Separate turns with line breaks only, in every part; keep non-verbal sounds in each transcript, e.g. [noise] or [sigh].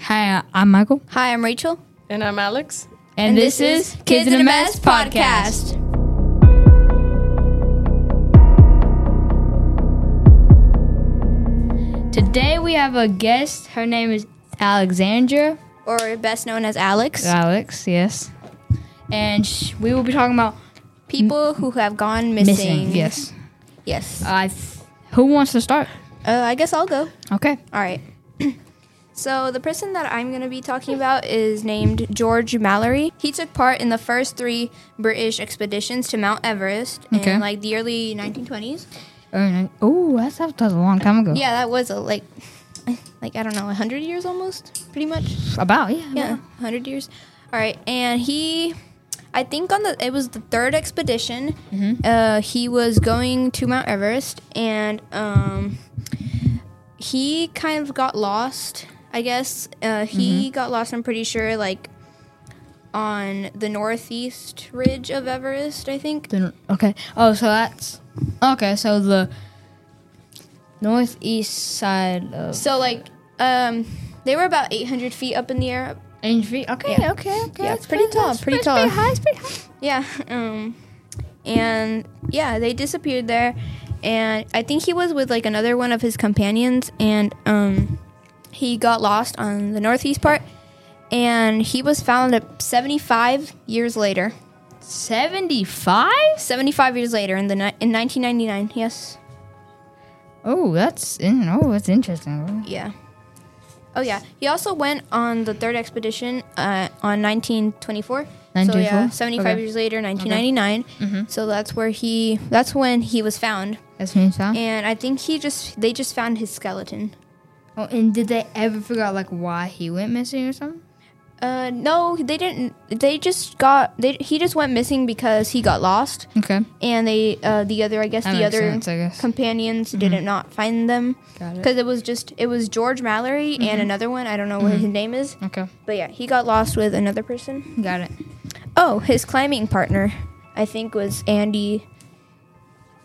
Hi, I'm Michael.
Hi, I'm Rachel.
And I'm Alex.
And, Today we have a guest. Her name is Alexandra.
Or best known as Alex.
Alex, yes. And sh- we will be talking about
People who have gone
Mm-hmm. missing.
missing.
Yes.
Yes.
I. th- who wants to start?
Uh, I guess I'll go.
Okay.
All right. [clears throat] so, the person that I'm going to be talking about is named George Mallory. He took part in the first three British expeditions to Mount Everest
Okay.
in like the early 1920s.
Oh, that's that was a long time ago.
Yeah, that was a like [laughs] like I don't know, 100 years almost, pretty much.
About yeah.
Yeah, 100 years. All right, and he, I think on the it was the third expedition. Uh, he was going to Mount Everest, and um, he kind of got lost. I guess uh, he got lost. I'm pretty sure, like on the northeast ridge of Everest. I think.
Then- okay. Oh, so that's okay. So the northeast side of
So like, um, they were about 800 feet up in the air.
Ange Feet? Okay, okay, okay.
Yeah, it's pretty
That's-
tall,
that's
pretty
it's
tall.
Pretty high. It's pretty high.
Yeah. Um, and yeah, they disappeared there. And I think he was with like another one of his companions. And um, he got lost on the northeast part. And he was found at 75 years later.
Seventy-five.
75 years later in the ni- in 1999. Yes.
Oh, that's in, oh, that's interesting.
Yeah. Oh yeah. He also went on the third expedition uh, on 1924. So
1924?
yeah, 75
Okay. Mm-hmm.
years later, 1999. So that's where he. That's when he was found.
That's what you found. And,
and I think he just they just found his skeleton.
oh, and did they ever figure out like why he went missing or something?
Uh, no, they didn't. They just got they he just went missing because he got lost,
Okay,
and they uh, the other I guess
That
the
makes
other
sense, I guess. Mm-hmm.
companions didn't not find them
got it. Mm-hmm.
because it was just it was George Mallory and another one I don't know what his name is,
Okay,
but yeah he got lost with another person.
got it.
Oh, his climbing partner I think was Andy,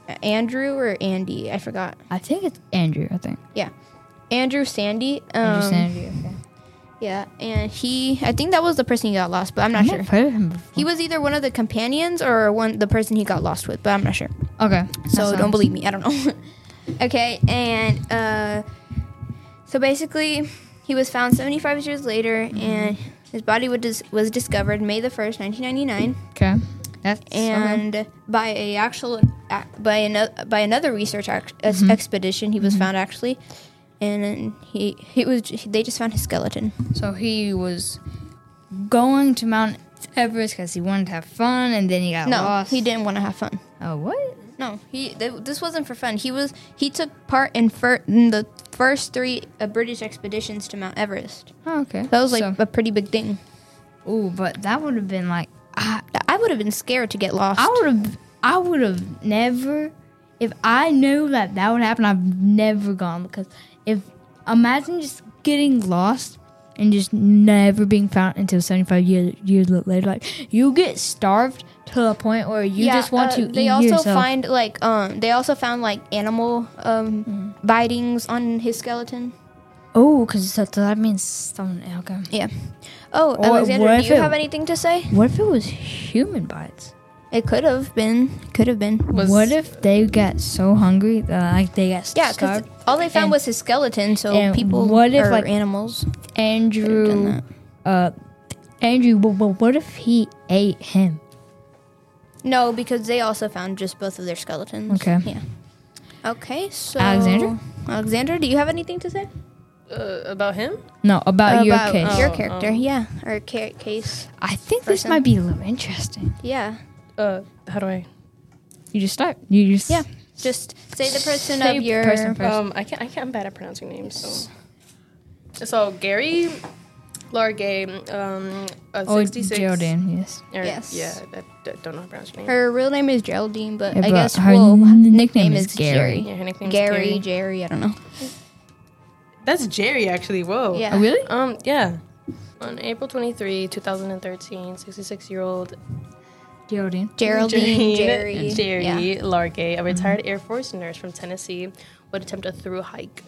uh, Andrew or Andy I forgot.
I think it's Andrew. I think
Yeah, Andrew Sandy. Um,
Andrew Sandy. Okay.
Yeah, and he I think that was the person he got lost, but I'm not
I've
sure.
never heard of him before.
He was either one of the companions or one the person he got lost with, but I'm not sure.
okay,
So don't believe me, I don't know. [laughs] okay, and uh so basically he was found 75 years later and his body was dis- was discovered May the 1st, 1999,
Okay, that's okay.
and by a actual ac- by another by another research ac- ex-
Mm-hmm.
expedition he was found actually and then he he was they just found his skeleton.
So he was going to Mount Everest because he wanted to have fun, and then he got
No,
lost.
he didn't want to have fun.
Oh, what?
No, he. Th- this wasn't for fun. He was. He took part in, fir- in the first three uh, British expeditions to Mount Everest.
Oh, okay.
That was like
So-
a pretty big thing.
Ooh, but that would have been like I,
I would have been scared to get lost.
I would have I would have never if I knew that that would happen. I've never gone because if imagine just getting lost and just never being found until 75 years years later like you get starved to the point where you just want
uh,
to
They
eat
also
yourself.
find like um. They also found like animal um
Mm-hmm.
bitings on his skeleton.
oh cuz so that means someone okay
Yeah. Oh,
Or what
Alexander, do
if
you
it-
have anything to say?
what if it was human bites
It could have been. Could have been.
Was-
what if they got so hungry that like they got
Yeah, because
starved
all they found
And-
was his skeleton. So
and
people
what if,
or
like-
animals?
Andrew, uh, Andrew, but, what if he ate him?
No, because they also found just both of their skeletons.
Okay.
Yeah. Okay, so
Alexander?
Alexander, do you have anything to say
Uh, about him?
No, about, Uh, your
About
case.
Your
Oh,
character,
um,
yeah, or ca- case,
I think this
person.
might be a little interesting.
yeah,
Uh, how do I?
You just start. You just
yeah. Just say the person
Say
of your
person first.
Um, I can't. I can't. I'm bad at pronouncing names. So, so Gary, Laura Gay, um, uh,
Oh,
66.
Geraldine. Yes.
Or-
Yes.
Yeah, I, I don't know how to pronounce her name.
Her real name is Geraldine, but
Yeah,
I
but
guess
her
we'll-
n- nickname is Gary.
yeah, her nickname's
Gary,
Gary.
Jerry, I don't know.
That's Jerry, actually. Whoa.
Yeah.
Oh, really?
Um, yeah. On April 23, 2013, 66 year old
Geraldine.
Geraldine, Jerry, yeah.
Jerry Largay, a retired Air Force nurse from Tennessee, would attempt a through hike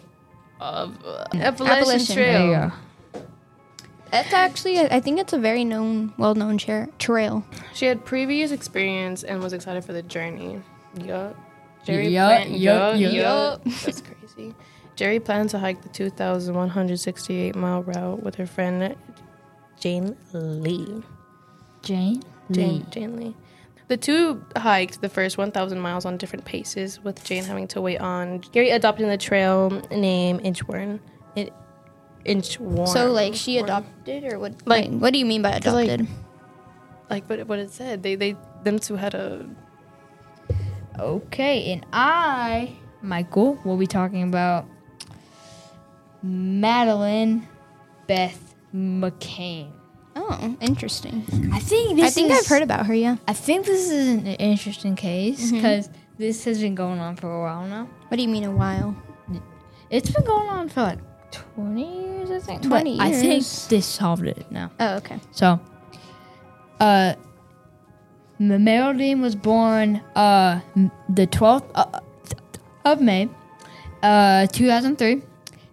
of uh, Appalachian
Appalachian.
Trail.
There you go.
That's actually, I think it's a very known, well-known chair, trail.
She had previous experience and was excited for the journey. Yup. Jerry
Yup,
plan-
yup,
yup,
yup.
yup. That's crazy. Jerry plans to hike the 2,168 mile route with her friend Jane Lee.
Jane.
Jane,
Mm.
Jane Lee. The two hiked the first 1,000 miles on different paces, with Jane having to wait on Gary adopting the trail name Inchworm. It, Inchworm.
So like she adopted or what? Like,
Like-
what do you mean by
like-
adopted?
like what, what it said. They they them two had a
Okay, and I, Michael, will be talking about Madeline Beth McCain.
oh, interesting.
I think this
I think
is,
I've heard about her. Yeah.
I think this is an interesting case because this has been going on for a while now.
What do you mean a while?
It's been going on for like twenty years, I think.
20
but I think
years.
they solved it now.
Oh, okay.
So, uh, M- Geraldine was born uh m- the twelfth uh, of May, uh, two thousand three.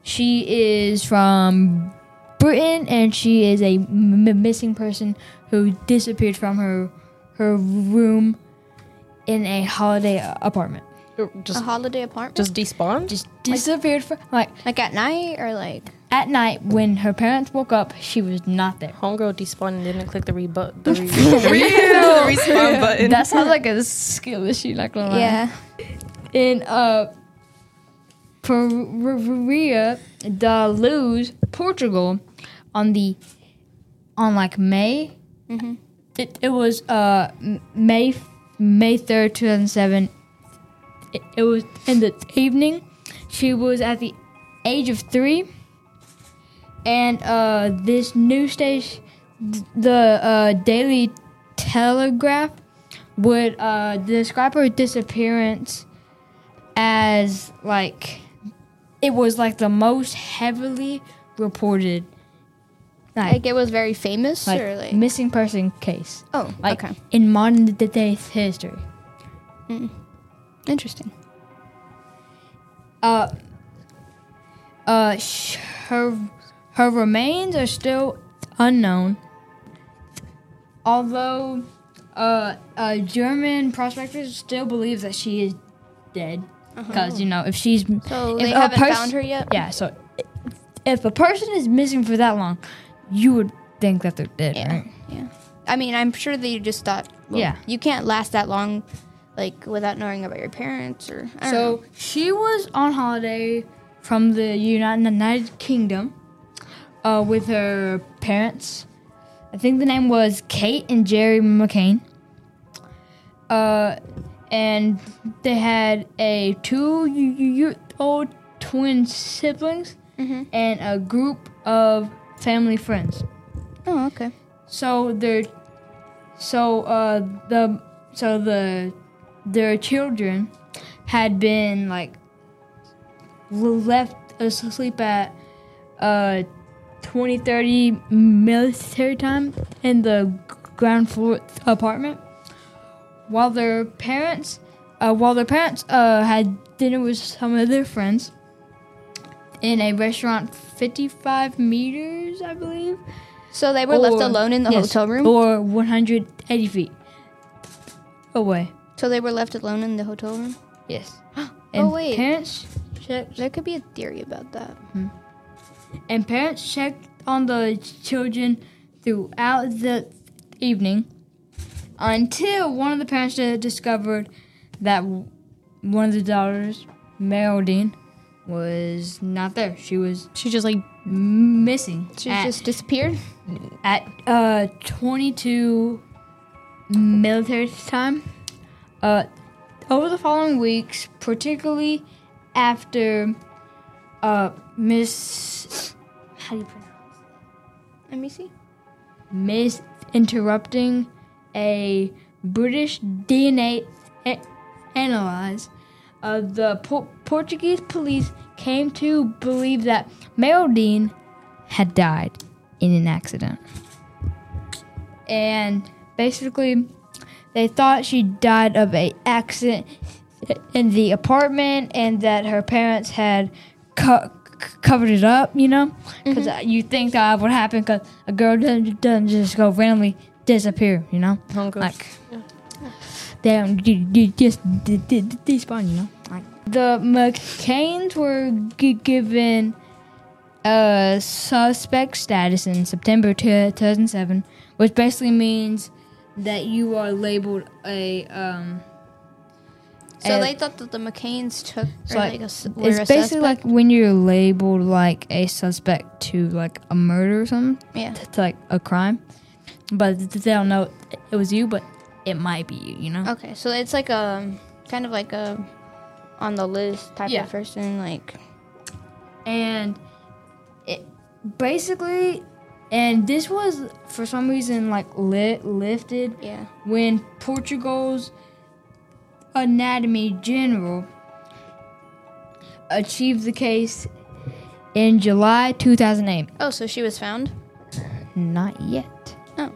She is from Britain, and she is a m- m- missing person who disappeared from her her room in a holiday a- apartment.
A
uh, just
holiday apartment.
just despawned.
Just disappeared from like
like at night or like.
at night when her parents woke up, she was not there.
Homegirl despawned and didn't click the rebu-
[laughs]
the, re- the re- the respawn button.
That sounds like a skill issue, not gonna lie.
Yeah.
in uh Pereira da Luz, Portugal, on the on like May.
Mhm.
It, it was uh M- May May third two thousand seven. It, it was in the evening. She was at the age of three, and uh, this news station, the uh, Daily Telegraph, would uh, describe her disappearance as like it was like the most heavily reported like
Like it was very famous
like,
or like.
missing person case
oh,
like
okay. Mm-hmm.
in modern d- day history
Interesting.
uh uh sh- her her remains are still unknown although uh, uh german prospectors still believe that she is dead because you know if she's
So
if
they
a
haven't
pers-
found her yet.
Yeah, so i- if a person is missing for that long, you would think that they're dead,
Yeah.
right?
Yeah. I mean, I'm sure they just thought. well,
Yeah.
You can't last that long, like without knowing about your parents or. I don't know.
So she was on holiday from the United, United Kingdom uh, with her parents. I think the name was Kate and Jerry McCain. Uh, and they had a two year old twin siblings
Mhm.
and a group of family friends.
Oh, okay.
So their, so uh the so the their children had been like l- left asleep at uh 2030 military time in the g- ground floor apartment while their parents uh, while their parents uh, had dinner with some of their friends in a restaurant 55 meters i believe
So they were left
or-
alone in the
Oh, yes, Oh.
hotel room.
or 180 feet away.
so they were left alone in the hotel room.
[gasps] Yes.
Oh, wait.
Parents checked,
There could be a theory about that.
and parents checked on the children throughout the evening until one of the parents di- discovered that w- one of the daughters, Geraldine, was not there. She was
she just like
m- missing.
She
at-
just disappeared.
at uh 22 military time uh over the following weeks particularly after uh miss how do you pronounce
Let me see.
miss interrupting a british dna a- analyze uh, the po- portuguese police came to believe that Geraldine had died in an accident and basically they thought she died of a accident in the apartment and that her parents had cut c- covered it up, you know,
Mm-hmm.
because you think that would happen because a girl doesn't, doesn't just go randomly disappear, you know,
Hunger.
like they don't you, you just d- d- d- despawn, you know. Like the McCains were g- given uh, suspect status in September 2007, which basically means that you are labeled a um.
So
a-
they thought that the McCains took.
Eh. So
or
like,
like a, s- were
it's
a
basically like
suspect.
when you're labeled like a suspect to like a murder or something,
yeah.
to, to, like a crime, but th- they don't know it was you, but it might be you. You know,
Okay, so it's like a kind of like a on the list type
Yeah.
of person, like
Oh. and it basically, and this was for some reason like lit lifted
yeah.
when Portugal's anatomy general achieved the case in July 2008.
Oh, so she was found.
Not yet.
Oh.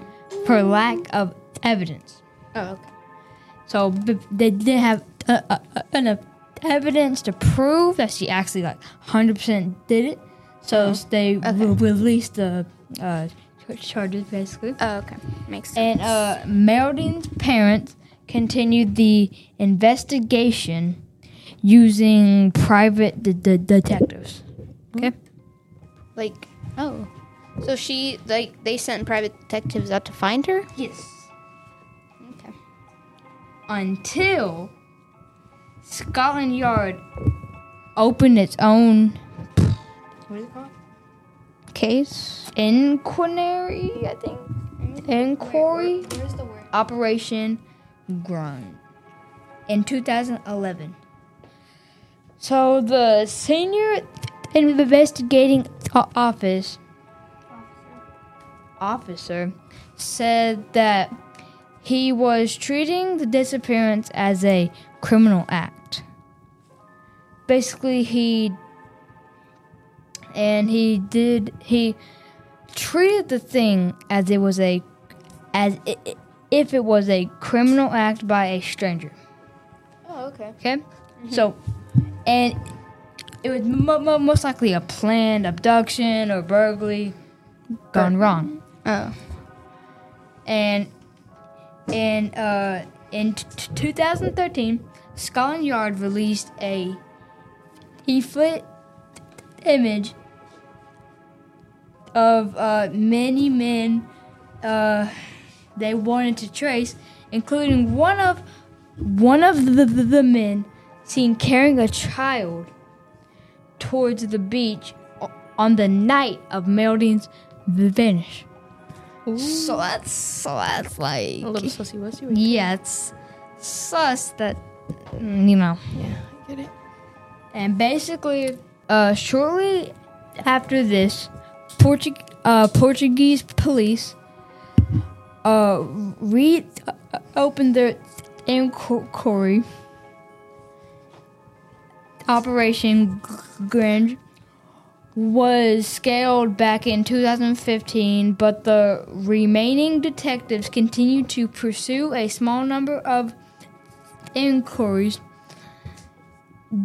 For lack of evidence.
Oh, okay.
So b- they didn't have uh, uh, uh, enough evidence to prove that she actually like 100% did it. So they re- released the uh, ch- charges basically.
Oh, okay. Makes
And
sense.
uh, Meredith's parents continued the investigation using private de- de- detectives. Okay.
like oh, so she like they sent private detectives out to find her.
Yes.
Okay.
until Scotland Yard opened its own what is it called?
Case.
Inquiry, I think. Inquiry
Where's the word?
Operation Grind in 2011. So the senior investigating o- office officer said that he was treating the disappearance as a criminal act. Basically, he and he did he treated the thing as it was a as i- i- if it was a criminal act by a stranger.
Oh, okay.
Okay, so and it was mo- mo- most likely a planned abduction or burglary gone wrong
Oh,
and and uh, in t- t- 2013, Scotland Yard released a e-foot image of uh, many men uh, they wanted to trace, including one of one of the, the, the men seen carrying a child towards the beach o- on the night of Melding's vanish. So that's so that's like
A little sussy wussy. right?
yeah, it's sus that mm, you know.
Yeah, I get it.
And basically, uh, shortly after this, Portu- uh, Portuguese police uh, re uh, opened their inquiry Operation Gringe was scaled back in 2015, but the remaining detectives continued to pursue a small number of inquiries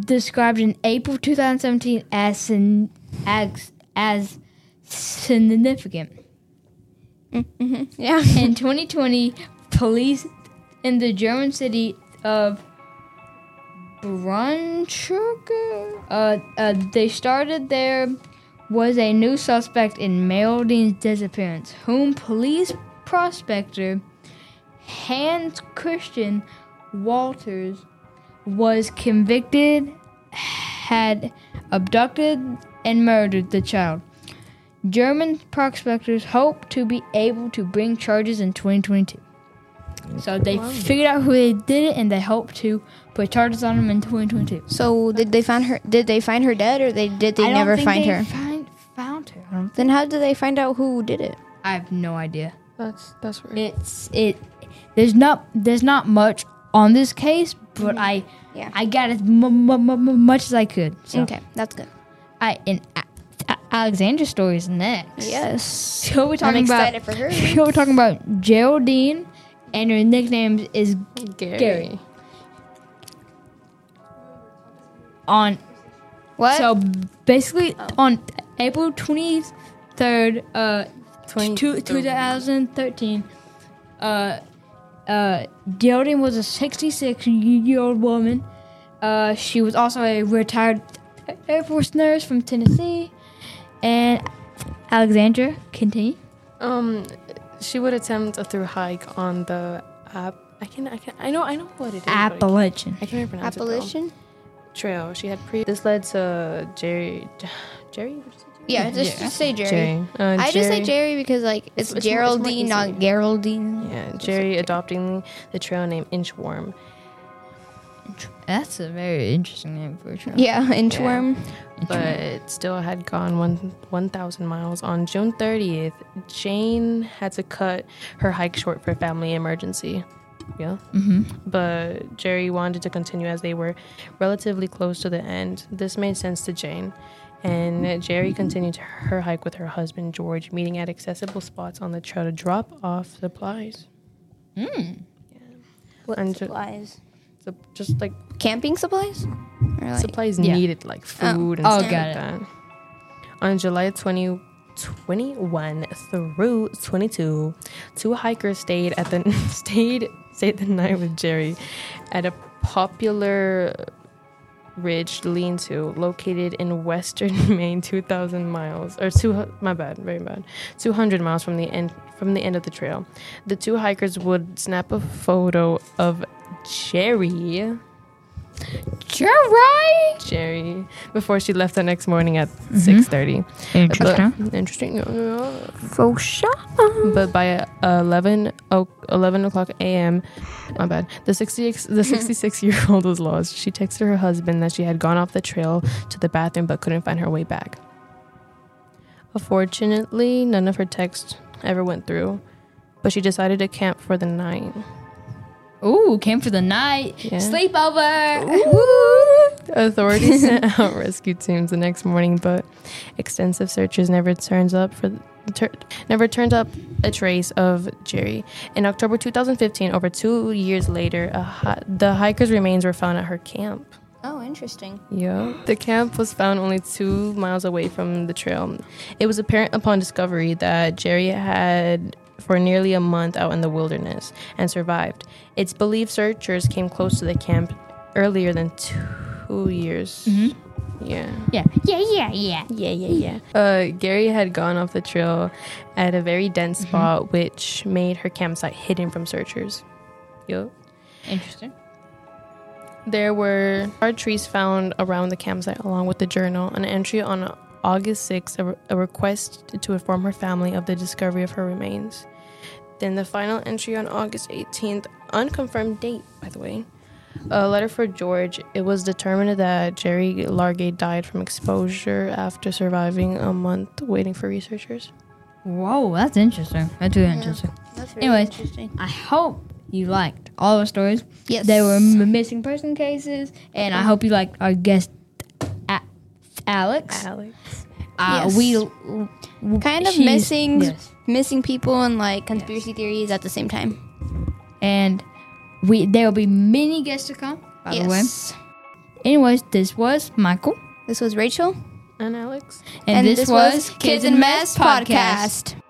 described in April 2017 as sin- as, as significant.
yeah.
[laughs]
[laughs]
In 2020, police in the German city of Braunschweig, uh, uh, they started there was a new suspect in Melding's disappearance, whom police prospector Hans Christian Walters was convicted had abducted and murdered the child. German prospectors hope to be able to bring charges in 2022. So they figured out who they did it, and they hope to put charges on them in 2022.
So did they find her? Did they find her dead, or they did they
I don't
never
think
find
they
her?
Find, found her. I, don't-
Then how did they find out who did it?
I have no idea.
That's that's right.
It's it. There's not there's not much on this case, but I
Mm-hmm. Yeah.
I got as mu- mu- mu- mu- much as I could. So
Okay, that's good.
I and A- A- Alexandra's story is next.
Yes.
So we're talking about
excited for her.
so [laughs] we're talking about Geraldine, and her nickname is
Gary.
Gary. on
What?
So basically,
Oh.
on April 23rd, uh,
Twenty-
two- 2013, uh, uh, Geraldine was a 66 year old woman. Uh, she was also a retired Air Force nurse from Tennessee. And Alexandra, continue.
Um, she would attempt a through hike on the app. I can, I can, I know, I know what it is. but I can't-
Appalachian.
I can't pronounce it.
Appalachian?
though. Trail. She had pre. This led to Jerry. Jerry. What did you say,
Yeah, just, just say Jerry.
Jerry. Uh,
I just say Jerry because like it's,
It's- it's more- it's more
Geraldine,
easy.
not Geraldine.
Yeah, Jerry adopting the trail name Inchworm.
That's a very interesting name for a trail.
Yeah, [laughs] inchworm. Mm-hmm.
but still had gone one 1,000 miles on June 30th. Jane had to cut her hike short for family emergency. Yeah. Mm-hmm. But Jerry wanted to continue as they were relatively close to the end. This made sense to Jane. And Jerry continued her hike with her husband George, meeting at accessible spots on the trail to drop off supplies.
What
And-
supplies?
So just like
Camping supplies? Or like,
supplies
Yeah.
needed, like
Oh.
food and
Oh,
stuff
got it.
like that. On July 20, 21 through 22, two hikers stayed at the [laughs] stayed stayed the night with Jerry at a popular ridge lean-to located in western [laughs] Maine, 2,000 miles or two. My bad, very bad. 200 miles from the end from the end of the trail. The two hikers would snap a photo of Jerry.
Jerry!
Jerry before she left the next morning at six thirty. But, interesting.
faux shop.
But by uh, eleven o- 11 o'clock a.m., my bad. The sixty the sixty six year old was lost. She texted her husband that she had gone off the trail to the bathroom but couldn't find her way back. Unfortunately, none of her texts ever went through. But she decided to camp for the night.
Ooh, came for the night.
Yeah.
Sleepover.
[laughs] Authorities sent out rescue teams the next morning, but extensive searches never turns up for tur- never turned up a trace of Jerry. In October 2015, over two years later, a hi- the hiker's remains were found at her camp.
Oh, interesting.
Yeah, the camp was found only two miles away from the trail. It was apparent upon discovery that Jerry had for nearly a month out in the wilderness and survived. It's believed searchers came close to the camp earlier than two years. Yeah.
Mm-hmm. Yeah, yeah, yeah, yeah.
Yeah, yeah, yeah. Uh, Gary had gone off the trail at a very dense spot, which made her campsite hidden from searchers. Yup.
Interesting.
There were hard trees found around the campsite, along with the journal. An entry on August 6th, a, re- a request to inform her family of the discovery of her remains. Then the final entry on August 18th, unconfirmed date, by the way. A letter for George. It was determined that Jerry Largate died from exposure after surviving a month waiting for researchers.
Whoa, that's interesting. That's really interesting.
That's
Anyways.
interesting.
I hope you liked all the stories.
Yes.
They were m- missing person cases, and I hope you liked our guest, A- Alex.
Alex.
Uh,
Yes.
We l- w-
kind of
she's-
missing
yes.
missing people and like conspiracy theories at the same time.
and we there will be many guests to come. By
yes.
the way, anyways, this was Michael,
This was Rachel,
And Alex.
and, this, was Kids in Mess podcast.
podcast.